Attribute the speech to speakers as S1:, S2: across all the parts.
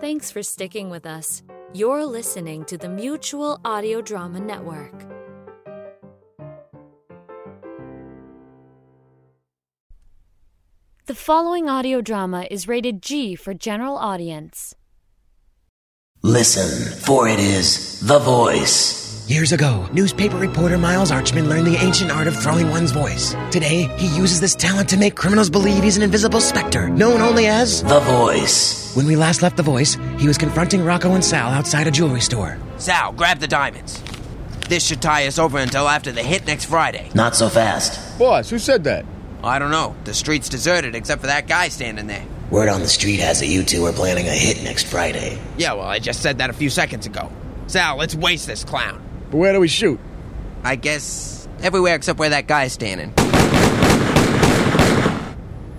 S1: Thanks for sticking with us. You're listening to the Mutual Audio Drama Network. The following audio drama is rated G for general audience.
S2: Listen, for it is the voice.
S3: Years ago, newspaper reporter Miles Archman learned the ancient art of throwing one's voice. Today, he uses this talent to make criminals believe he's an invisible specter, known only as.
S2: The voice.
S3: When we last left the voice, he was confronting Rocco and Sal outside a jewelry store.
S4: Sal, grab the diamonds. This should tie us over until after the hit next Friday.
S2: Not so fast.
S5: Boss, who said that?
S4: I don't know. The street's deserted except for that guy standing there.
S2: Word on the street has it you two are planning a hit next Friday.
S4: Yeah, well, I just said that a few seconds ago. Sal, let's waste this clown.
S5: But where do we shoot?
S4: I guess everywhere except where that guy's standing.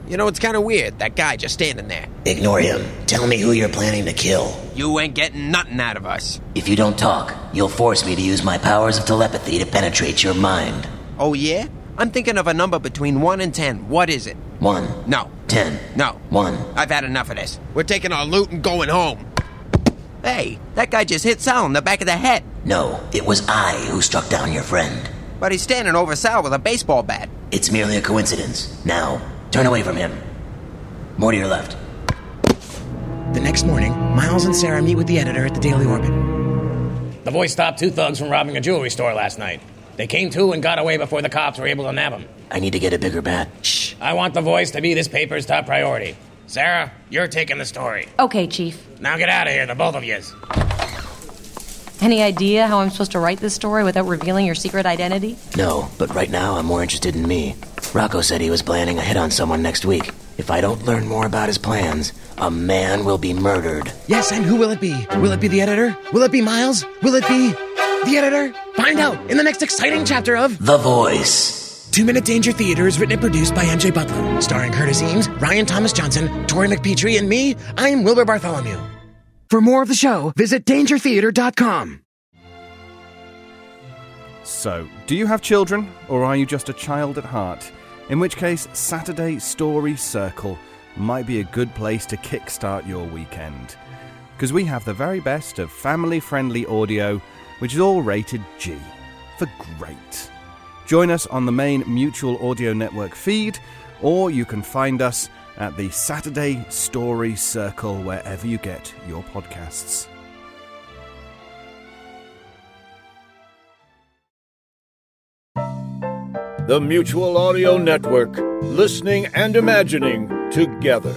S4: You know, it's kind of weird, that guy just standing there.
S2: Ignore him. Tell me who you're planning to kill.
S4: You ain't getting nothing out of us.
S2: If you don't talk, you'll force me to use my powers of telepathy to penetrate your mind.
S4: Oh, yeah? I'm thinking of a number between 1 and 10. What is it?
S2: One,
S4: No.
S2: ten,
S4: No.
S2: one.
S4: I've had enough of this. We're taking our loot and going home. Hey, that guy just hit Sal in the back of the head.
S2: No, it was I who struck down your friend.
S4: But he's standing over Sal with a baseball bat.
S2: It's merely a coincidence. Now, turn away from him. More to your left.
S3: The next morning, Miles and Sarah meet with the editor at the Daily Orbit.
S6: The voice stopped two thugs from robbing a jewelry store last night. They came to and got away before the cops were able to nab them.
S2: I need to get a bigger bat.
S6: Shh, I want the voice to be this paper's top priority. Sarah, you're taking the story.
S7: Okay, Chief.
S6: Now get out of here, the both of yous.
S7: Any idea how I'm supposed to write this story without revealing your secret identity?
S2: No, but right now I'm more interested in me. Rocco said he was planning a hit on someone next week. If I don't learn more about his plans, a man will be murdered.
S3: Yes, and who will it be? Will it be the editor? Will it be Miles? Will it be. the editor? Find out in the next exciting chapter of.
S2: The voice.
S3: Two Minute Danger Theater is written and produced by MJ Butler, starring Curtis Eames, Ryan Thomas Johnson, Tori McPetrie, and me. I'm Wilbur Bartholomew. For more of the show, visit dangertheater.com.
S8: So, do you have children, or are you just a child at heart? In which case, Saturday Story Circle might be a good place to kickstart your weekend. Because we have the very best of family friendly audio, which is all rated G for great. Join us on the main Mutual Audio Network feed, or you can find us at the Saturday Story Circle wherever you get your podcasts.
S9: The Mutual Audio Network, listening and imagining together.